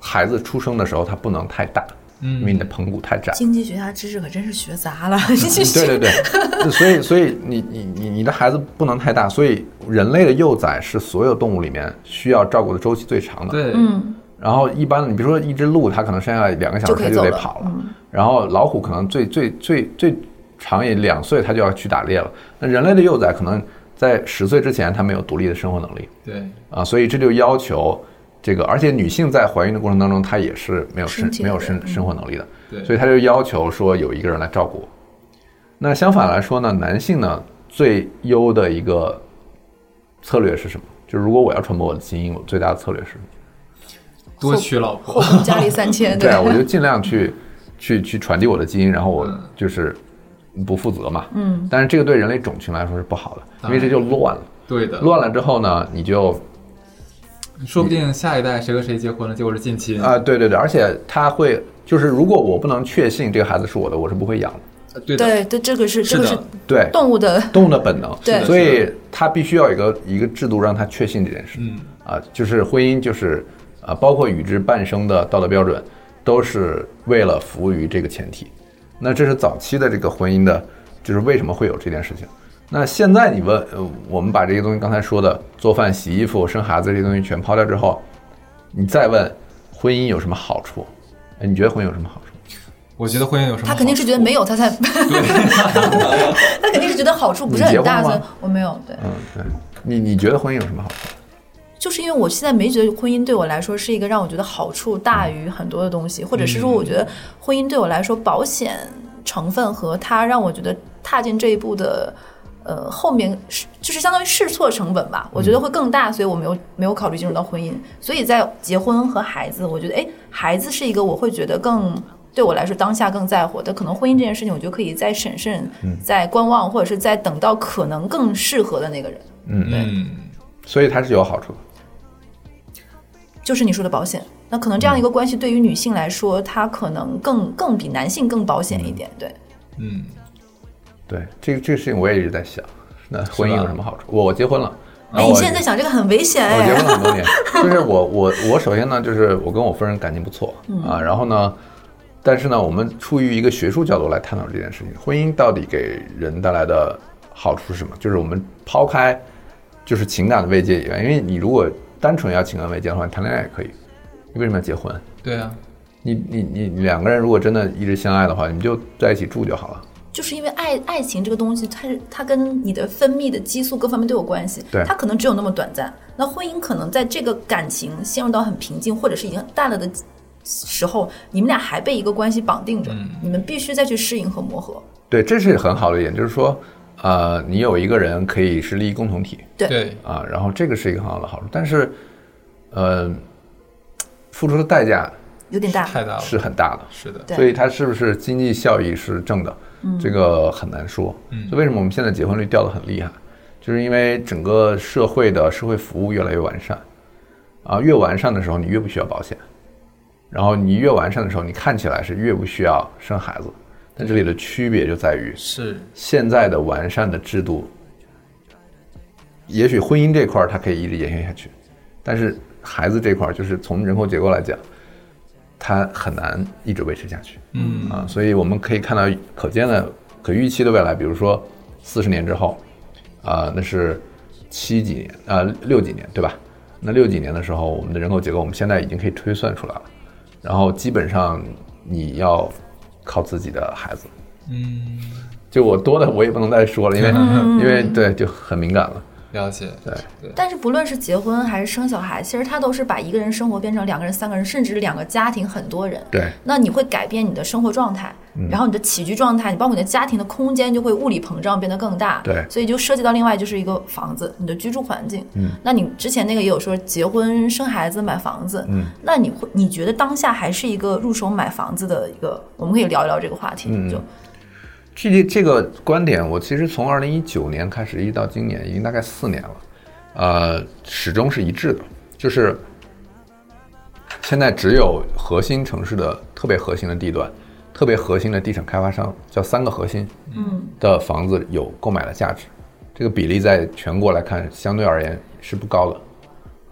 孩子出生的时候他不能太大，嗯因为你的盆骨太窄。经济学家知识可真是学杂了， 对 对对，所以所以你你你你的孩子不能太大，所以人类的幼崽是所有动物里面需要照顾的周期最长的。对，嗯然后一般的，你比如说一只鹿，它可能剩下两个小时就可它以就得走了嗯跑了。然后老虎可能最最最最长也两岁，它就要去打猎了。那人类的幼崽可能在十岁之前，它没有独立的生活能力对，啊，所以这就要求这个，而且女性在怀孕的过程当中，她也是没有生身体没有的嗯生生活能力的，对所以她就要求说有一个人来照顾。那相反来说呢，男性呢最优的一个策略是什么？就是如果我要传播我的基因，我最大的策略是什么？多娶老婆后，宫佳丽三千，对啊，我就尽 量去去去传递我的基因，然后我就是不负责嘛。嗯，但是这个对人类种群来说是不好的，因为这就乱了。对 的，乱了之后呢，你就说不定下一代谁和谁结婚了，结果是近亲啊、，对对对，而且他会就是，如果我不能确信这个孩子是我的，我是不会养的。对的，对对，这个是是这的个是对，动物的，动物的本能，对所以他必须要有一个一个制度让他确信这件事。嗯，啊，就是婚姻，就是啊，包括与之伴生的道德标准，都是为了服务于这个前提。那这是早期的这个婚姻的，就是为什么会有这件事情。那现在你问，呃，我们把这些东西刚才说的做饭、洗衣服、生孩子这些东西全抛掉之后，你再问婚姻有什么好处？哎，你觉得婚姻有什么好处？我觉得婚姻有什么好？他肯定是觉得没有，他才， 他肯定是觉得好处不是很大，你结婚了吗所以我没有对。嗯，对，你你觉得婚姻有什么好处？就是因为我现在没觉得婚姻对我来说是一个让我觉得好处大于很多的东西，或者是说我觉得婚姻对我来说保险成分和它让我觉得踏进这一步的。呃，后面是就是相当于试错成本吧，我觉得会更大，所以我没有没有考虑进入到婚姻。所以在结婚和孩子，我觉得哎，孩子是一个我会觉得更对我来说当下更在乎的。可能婚姻这件事情，我就可以再审慎、再观望，或者是再等到可能更适合的那个人，嗯，所以它是有好处的。就是你说的保险。那可能这样一嗯个关系对于女性来说，她可能更更比男性更保险一点。啊对，嗯对，这个这个事情我也一直在想，那婚姻有什么好处？我结婚了，然哎，后你我现在在想这个很危险我哦结哎婚。了很多年，就是我我我首先呢，就是我跟我夫人感情不错啊，然后呢，但是呢，我们出于一个学术角度来探讨这件事情，婚姻到底给人带来的好处是什么？就是我们抛开就是情感的慰藉以外，因为你如果单纯要情感慰藉的话，谈恋爱也可以，你为什么要结婚？对啊，你你你你两个人如果真的一直相爱的话，你们就在一起住就好了。就是因为爱爱情这个东西，它是它跟你的分泌的激素各方面都有关系。对它可能只有那么短暂。那婚姻可能在这个感情陷入到很平静，或者是已经淡了的时候，你们俩还被一个关系绑定着，嗯你们必须再去适应和磨合。对，这是很好的一点，就是说，呃，你有一个人可以是利益共同体对对，啊，然后这个是一个很好的好处，但是，呃，付出的代价有点大，太大了，是很大的，是的，对所以它是不是经济效益是正的，这个很难说。嗯所以为什么我们现在结婚率掉得很厉害，就是因为整个社会的社会服务越来越完善，啊，越完善的时候你越不需要保险，然后你越完善的时候你看起来是越不需要生孩子，但这里的区别就在于。是现在的完善的制度，也许婚姻这块儿它可以一直延续下去，但是孩子这块儿就是从人口结构来讲，它很难一直维持下去。嗯啊，所以我们可以看到可见的、可预期的未来，比如说四十年之后，啊、那是七几年啊、六几年对吧？那六几年的时候，我们的人口结构我们现在已经可以推算出来了，然后基本上你要靠自己的孩子。嗯，就我多的我也不能再说了，因为、因为对就很敏感了。了解，对对，但是不论是结婚还是生小孩，其实他都是把一个人生活变成两个人、三个人，甚至两个家庭、很多人。对那你会改变你的生活状态，然后你的起居状态，你包括你的家庭的空间就会物理膨胀变得更大。对所以就涉及到另外就是一个房子，你的居住环境。嗯，那你之前那个也有说结婚、生孩子、买房子。嗯，那你会你觉得当下还是一个入手买房子的一个，我们可以聊一聊这个话题。就这这个观点，我其实从二零一九年开始，一直到今年，已经大概四年了，呃，始终是一致的，就是现在只有核心城市的特别核心的地段，特别核心的地产开发商，叫三个核心，嗯，的房子有购买的价值，这个比例在全国来看，相对而言是不高的，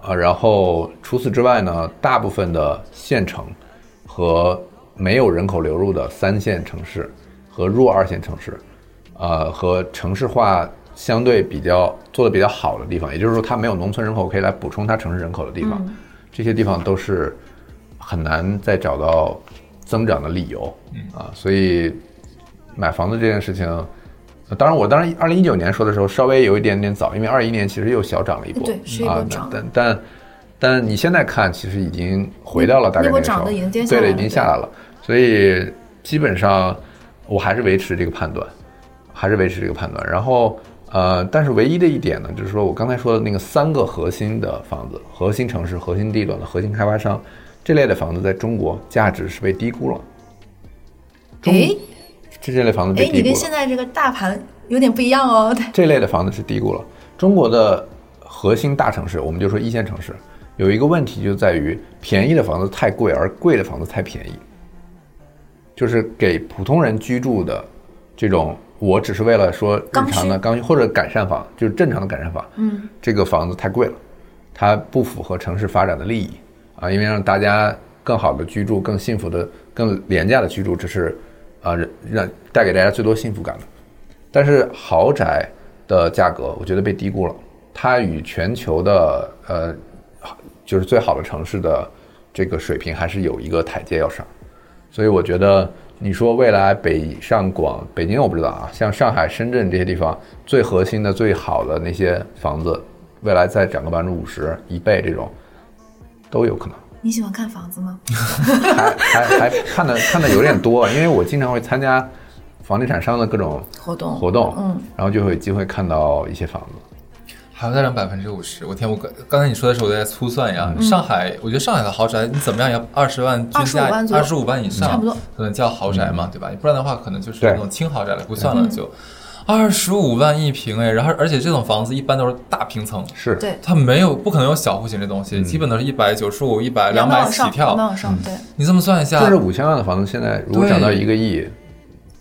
啊，然后除此之外呢，大部分的县城和没有人口流入的三线城市和弱二线城市，呃，和城市化相对比较做的比较好的地方，也就是说它没有农村人口可以来补充它城市人口的地方，这些地方都是很难再找到增长的理由啊，所以买房子这件事情。呃当然，我当然二零一九年说的时候稍微有一点点早，因为二一年其实又小涨了一波，对是一波啊，涨但但但是你现在看，其实已经回到了大概那那个波时候，涨得已经跌下对来了，已了经对下来了。所以基本上我还是维持这个判断，还是维持这个判断。然后呃，但是唯一的一点呢，就是说我刚才说的那个三个核心的房子、核心城市、核心地段的核心开发商这类的房子，在中国价值是被低估了。中哎这这类房子被哎，低估了。你跟现在这个大盘有点不一样哦。 这类的房子是低估了。中国的核心大城市，我们就说一线城市，有一个问题就在于便宜的房子太贵，而贵的房子太便宜，就是给普通人居住的这种，我只是为了说日常的刚需或者改善房，就是正常的改善房，嗯，这个房子太贵了，它不符合城市发展的利益啊，因为让大家更好的居住、更幸福的、更廉价的居住，这是啊人让带给大家最多幸福感的。但是豪宅的价格，我觉得被低估了。它与全球的呃，就是最好的城市的这个水平还是有一个台阶要上。所以我觉得，你说未来北上广、北京我不知道啊，像上海、深圳这些地方最核心的、最好的那些房子，未来再涨个百分之五十、一倍这种，都有可能。你喜欢看房子吗？还还还看的看的有点多，啊因为我经常会参加房地产商的各种活动活动，嗯，然后就会有机会看到一些房子。还要再涨百分之五十，我天！我刚刚才你说的时候，我在粗算呀。上海，我觉得上海的豪宅，你怎么样也要二十万均价25万，左二右十五万以上，差不多可能叫豪宅嘛，对吧？不然的话，可能就是对那种轻豪宅了，不算了就。二十五万一平哎，然后而且这种房子一般都是大平层，是，对，它没有不可能有小户型这东西，基本都是一百九十五、一百、两慢百往起上，跳。嗯慢嗯往上，对，你这么算一下但，是五千万的房子现在如果对涨到一个亿，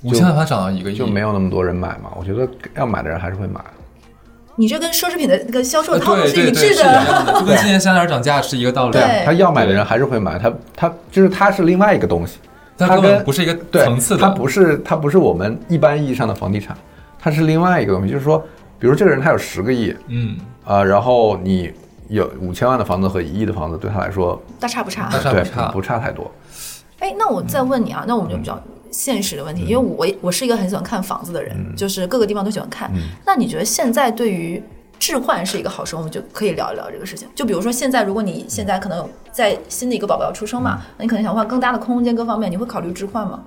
五千万房涨到一个亿，就没有那么多人买嘛。我觉得要买的人还是会买。你这跟奢侈品的那个销售呃套路对是对对，一致是一的。样的，就跟今年香奈儿涨价是一个道理。对他要买的人还是会买，他他就是他是另外一个东西，它它根本跟不是一个对层次，的，它不是它不是我们一般意义上的房地产，它是另外一个东西。就是说，比如这个人他有十个亿嗯，啊、然后你有五千万的房子和一亿的房子，对他来说大差不差大。差对不差不。差太多。哎，那我再问你啊，那我们就比较现实的嗯问题，因为我我是一个很喜欢看房子的人，就是各个地方都喜欢看。嗯那你觉得现在对于置换是一个好时候，我们就可以聊一聊这个事情。就比如说现在，如果你现在可能有在新的一个宝宝要出生嘛，嗯那你可能想换更大的空间，各方面，你会考虑置换吗？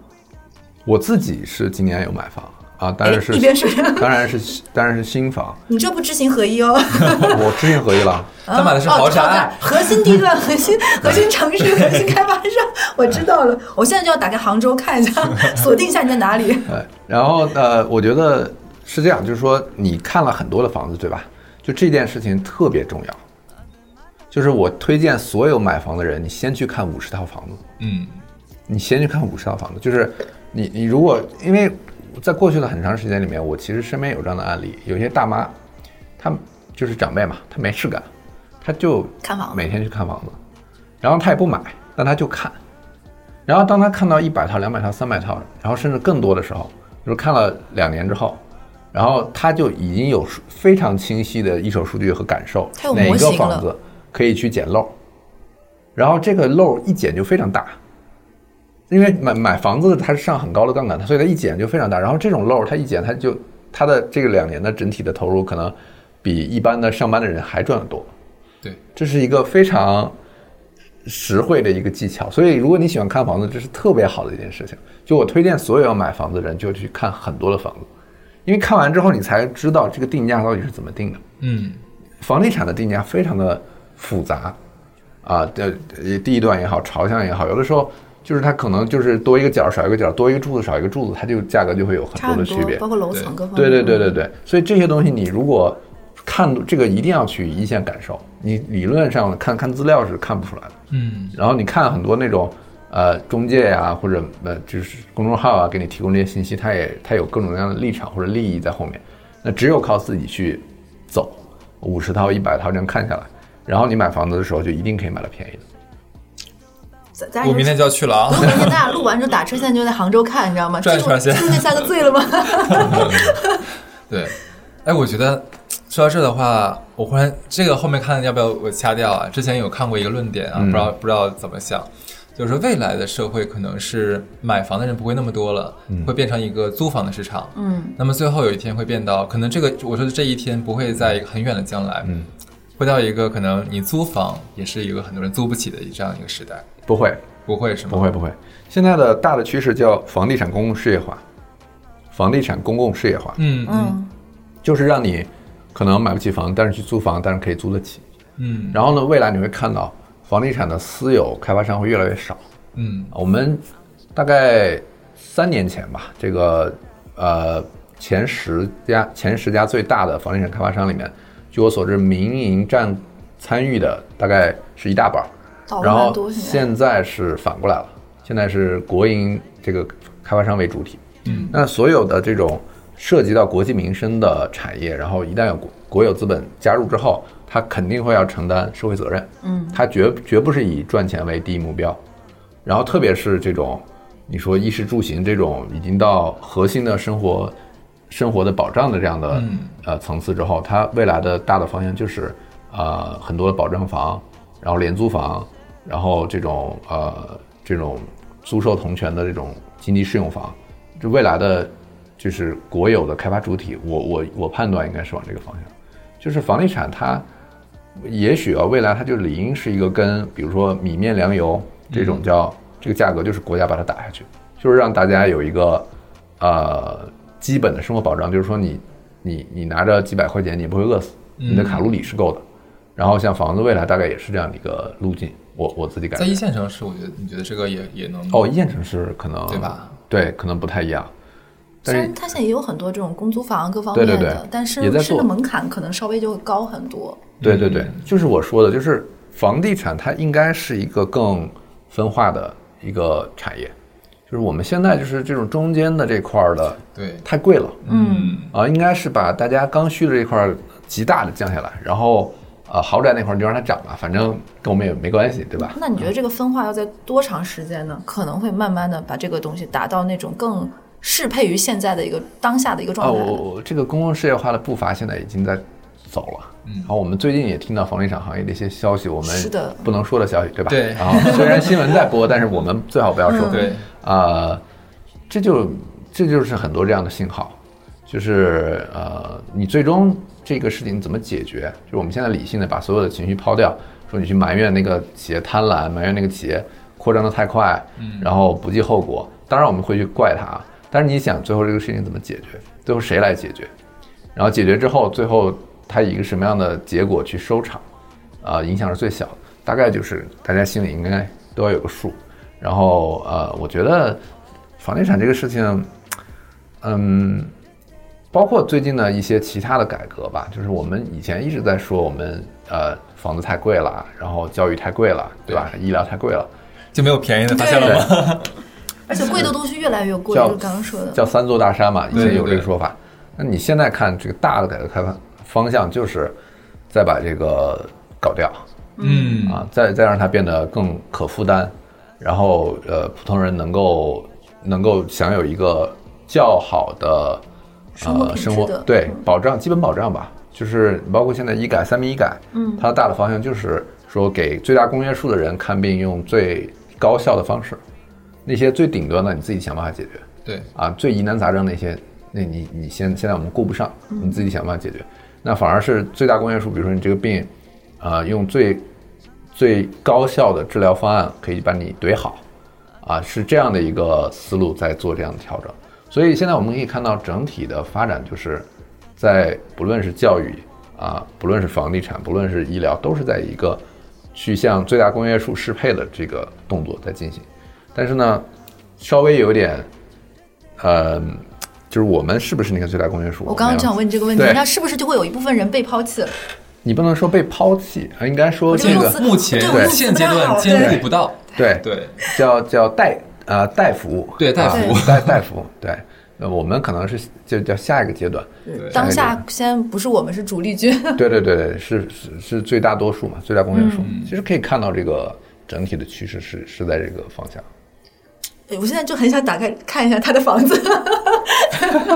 我自己是今年有买房啊，当然是哎一边是 当然是当然是新房，你这不知行合一哦， 我知行合一了。他买的是哦豪豪宅宅，核心地段、核心核心城市、 核心开发商，我知道了。我现在就要打开杭州看一 下，锁定一下你在哪里。对，哎然后呃，我觉得是这样，就是说你看了很多的房子，对吧？就这件事情特别重要，就是我推荐所有买房的人，你先去看五十套房子，嗯，你先去看五十套房子，就是你你如果因为在过去的很长时间里面，我其实身边有这样的案例，有些大妈，她就是长辈嘛，她没事干，她就看房每天去看房子，然后她也不买，但她就看，然后当她看到一百套、两百套、三百套，然后甚至更多的时候，就是看了两年之后。然后她就已经有数非常清晰的一手数据和感受，她有哪模个型房了子可以去捡漏，然后这个漏一捡就非常大，因为买买房子它是上很高的杠杆，它所以它一减就非常大。然后这种漏它一减，它就它的这个两年的整体的投入可能比一般的上班的人还赚得多。对，这是一个非常实惠的一个技巧。所以如果你喜欢看房子，这是特别好的一件事情。就我推荐所有要买房子的人，就去看很多的房子，因为看完之后你才知道这个定价到底是怎么定的。嗯，房地产的定价非常的复杂啊，呃，呃地段也好，朝向也好，有的时候就是它可能就是多一个角儿少一个角儿，多一个柱子少一个柱子，它就价格就会有 差很多很的区多，别包。括楼层各方面。对对对对对，所以这些东西你如果看这个一定要去一线感受，你理论上看看资料是看不出来的。嗯，然后你看很多那种呃中介呀、或者呃就是公众号啊，给你提供这些信息，它也它有各种各样的立场或者利益在后面。那只有靠自己去走五十套、一百套这样看下来，然后你买房子的时候就一定可以买到便宜的。咱咱我明天就要去了 啊如。果明天咱俩录完之后打车，现在就在杭州看，你知道吗？转一圈先进入进入那三个醉了 吗？对，哎，我觉得说到这儿的话，我忽然这个后面看要不要我掐掉啊？之前有看过一个论点啊，嗯不知道不知道怎么想，就是说未来的社会可能是买房的人不会那么多了，嗯会变成一个租房的市场。嗯，那么最后有一天会变到，可能这个我说的这一天不会在一个很远的将来，嗯，会到一个可能你租房也是一个很多人租不起的这样一个时代？不会，不会是吗？不会，不会。现在的大的趋势叫房地产公共事业化，房地产公共事业化嗯嗯嗯，就是让你可能买不起房，但是去租房，但是可以租得起。嗯然后呢，未来你会看到房地产的私有开发商会越来越少。嗯我们大概三年前吧，这个呃前十家前十家最大的房地产开发商里面，据我所知，民营占参与的大概是一大半儿，倒了然蛮后多现在。现在是反过来了，现在是国营这个开发商为主体。嗯，那所有的这种涉及到国计民生的产业，然后一旦有国国有资本加入之后，它肯定会要承担社会责任。嗯，它绝绝不是以赚钱为第一目标。然后特别是这种你说衣食住行这种已经到核心的生活生活的保障的这样的、嗯呃层次之后，它未来的大的方向就是呃很多的保障房，然后廉租房，然后这种呃这种租售同权的这种经济适用房，这未来的就是国有的开发主体，我我我判断应该是往这个方向，就是房地产它。也许啊，未来它就理应是一个跟，比如说米面粮油这嗯种叫、这个价格，就是国家把它打下去，就是让大家有一个呃基本的生活保障，就是说你你你拿着几百块钱，你不会饿死，你嗯的卡路里是够的。然后像房子未来大概也是这样的一个路径，我我自己感在觉一线城市，我觉得你觉得这个也也能哦，一线啊城市可能对吧？对，可能不太一样，虽但是然它现在也有很多这种公租房啊各方对面对的，对但是也在申做的门槛可能稍微就会高很多。对对对嗯，就是我说的，就是房地产它应该是一个更分化的一个产业，就是我们现在就是这种中间的这块儿的对，太贵了嗯啊、应该是把大家刚需的这块儿极大的降下来，然后呃豪宅那块儿就让它涨吧，反正跟我们也没关系，对吧？嗯那你觉得这个分化要在多长时间呢？可能会慢慢的把这个东西达到那种更适配于现在的一个当下的一个啊，状态呢。我我这个公共事业化的步伐现在已经在走了。嗯然后我们最近也听到房地产行业的一些消息，我们是的不能说的消息，对吧？对然后虽然新闻在播，但是我们最好不要说。嗯对，啊，这就这就是很多这样的信号，就是呃，你最终这个事情怎么解决？就我们现在理性的把所有的情绪抛掉，说你去埋怨那个企业贪婪，埋怨那个企业扩张的太快，嗯然后不计后果。当然我们会去怪他，但是你想最后这个事情怎么解决？最后谁来解决？然后解决之后，最后它以一个什么样的结果去收场，啊、影响是最小的，大概就是大家心里应该都要有个数。然后呃，我觉得房地产这个事情，嗯，包括最近的一些其他的改革吧，就是我们以前一直在说我们呃房子太贵了，然后教育太贵了，对吧？医疗太贵了，就没有便宜的，发现了吗？而且贵的东西越来越贵，嗯叫就是刚刚说的。叫三座大山嘛，以对前对有这个对说法。那你现在看这个大的改革开放方向，就是再把这个搞掉嗯啊，再再让它变得更可负担，然后呃，普通人能够能够享有一个较好的呃生活品质生活的嗯对保障基本保障吧，就是包括现在医改三民医改，嗯它的大的方向就是说给最大公约数的人看病用最高效的方式，那些最顶端的你自己想办法解决。对，啊，最疑难杂症那些，那你你现现在我们顾不上，嗯你自己想办法解决。那反而是最大公约数，比如说你这个病，呃，用最最高效的治疗方案可以把你怼好，啊，是这样的一个思路在做这样的调整。所以现在我们可以看到整体的发展就是在不论是教育啊，不论是房地产，不论是医疗，都是在一个去向最大公约数适配的这个动作在进行。但是呢，稍微有点，呃，就是我们是不是那个最大公约数？我刚刚就想们要，问你这个问题对，那是不是就会有一部分人被抛弃了？你不能说被抛弃，啊应该说这这这个个个目前这个用词现阶段兼顾不到，对对 叫叫代呃代服，对代啊服代代服，对。呃，我们可能是就叫下一个阶段，对当下先不是我们是主力军，对对对对，是是是最大多数嘛，最大公约数。其实可以看到这个整体的趋势是是在这个方向。哎我现在就很想打开看一下他的房子。 对，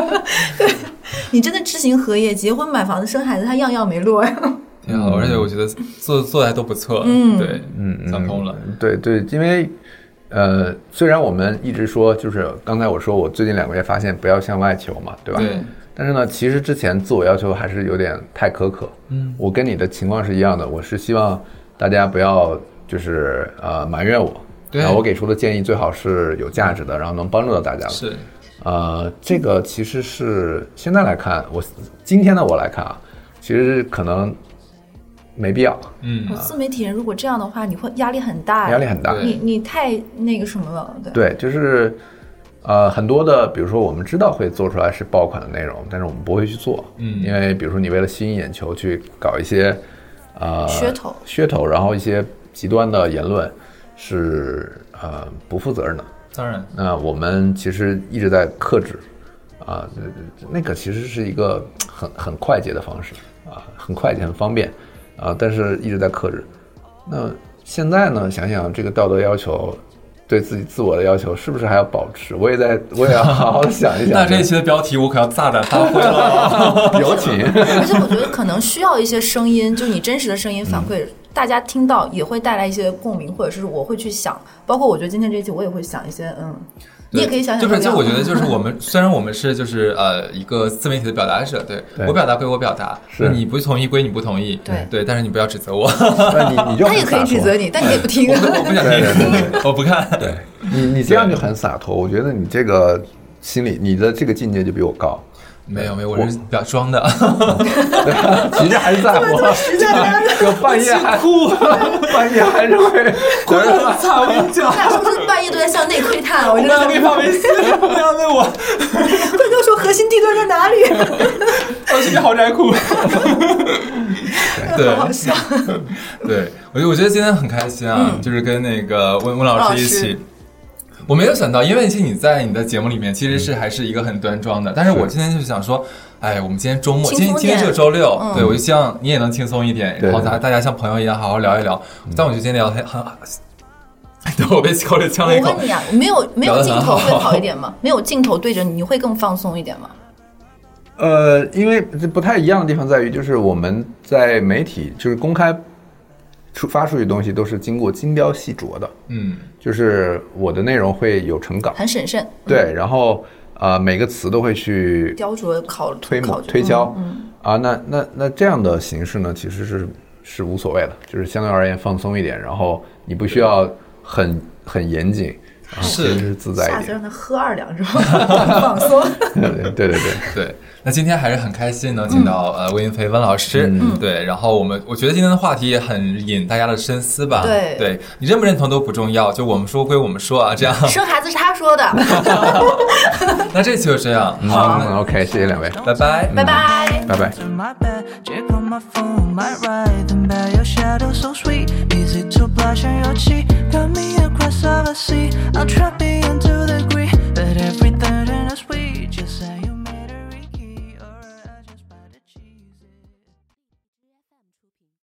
你真的知行合一，结婚、买房子、生孩子，他样样没落呀。挺好的。而且我觉得做做的还都不错，嗯，对，嗯，想通了，对对，因为呃，嗯虽然我们一直说，就是刚才我说我最近两个月发现不要向外求嘛，对吧？对。但是呢，其实之前自我要求还是有点太苛刻。嗯，我跟你的情况是一样的，我是希望大家不要就是呃埋怨我，对然后我给出的建议最好是有价值的，然后能帮助到大家的。是呃，这个其实是现在来看，我今天的我来看啊，其实可能没必要，嗯我 自媒体人如果这样的话，你会压力很大，压力很大。对你你太那个什么了，对。对，就是呃很多的，比如说我们知道会做出来是爆款的内容，但是我们不会去做，嗯因为比如说你为了吸引眼球去搞一些呃噱头噱头，然后一些极端的言论是呃不负责任的。当然那我们其实一直在克制，啊、呃那个其实是一个很很快捷的方式啊、很快捷，很方便啊、但是一直在克制。那现在呢，想想这个道德要求，对自己自我的要求，是不是还要保持？我也在，我也要好好的想一想。 那这一期的标题我可要大胆发挥了。有请。而且我觉得可能需要一些声音，就你真实的声音嗯反馈，大家听到也会带来一些共鸣，或者是我会去想，包括我觉得今天这一期我也会想一些，嗯， 你也可以想想就是，这就样我觉得，就是我们虽然我们是就是呃一个自媒体的表达者，对对我表达归我表达，是你不同意归你不同意，对对，但是你不要指责我，那你你就他很哎也可以洒脱指责你，但你也不听我。不我不想对对 听，我不看，对，你，你这样就很洒脱。我觉得你这个心理，你的这个境界就比我高。没有没有，我是表装 的，其实还是在乎， 就半夜还哭，啊 半夜还是会 哭的惨，我跟你讲，他说是半夜都在向内窥探，我不真要的给发微信，不啊要问我，快跟我说核心地段在哪 里，我是个豪宅库，对 好好笑。 对，我觉得我觉得今天很开心啊，嗯就是跟那个温温老师一老起师。我没有想到，因为其实你在你的节目里面嗯其实是还是一个很端庄的，但是我今天就想说，哎，我们今天周末，轻今天松今天点嗯是个周六，对我就希望你也能轻松一点，对嗯然后咱大家像朋友一样好好聊一聊。但我觉得今天聊得很 很，等我被口里呛了一我口问，你啊，没有没有镜聊头得会很好好一点吗？没有镜头对着你，你会更放松一点吗？呃，因为这不太一样的地方在于，就是我们在媒体就是公开出发出去的东西，都是经过精雕细琢的，嗯，就是我的内容会有成稿，很审慎，对，然后呃每个词都会去雕琢考推考磨究推敲嗯，啊，那那那这样的形式呢，其实是是无所谓的，就是相对而言放松一点，然后你不需要很很严谨，然后其是实是自在下一次点，让他喝二两之后 放松。对 对对对。 对，那今天还是很开心能请到、呃温云飞温老师，嗯对，然后我们我觉得今天的话题也很引大家的深思吧，对你认不认同都不重要，就我们说归我们说啊，这样，生孩子是他说的，那这期就这样，好那嗯，OK，谢谢两位，拜拜。拜拜。拜拜。 To my bed, check on my phone, might ride and bear your shadow so sweet. Easy to blush on your cheek, got me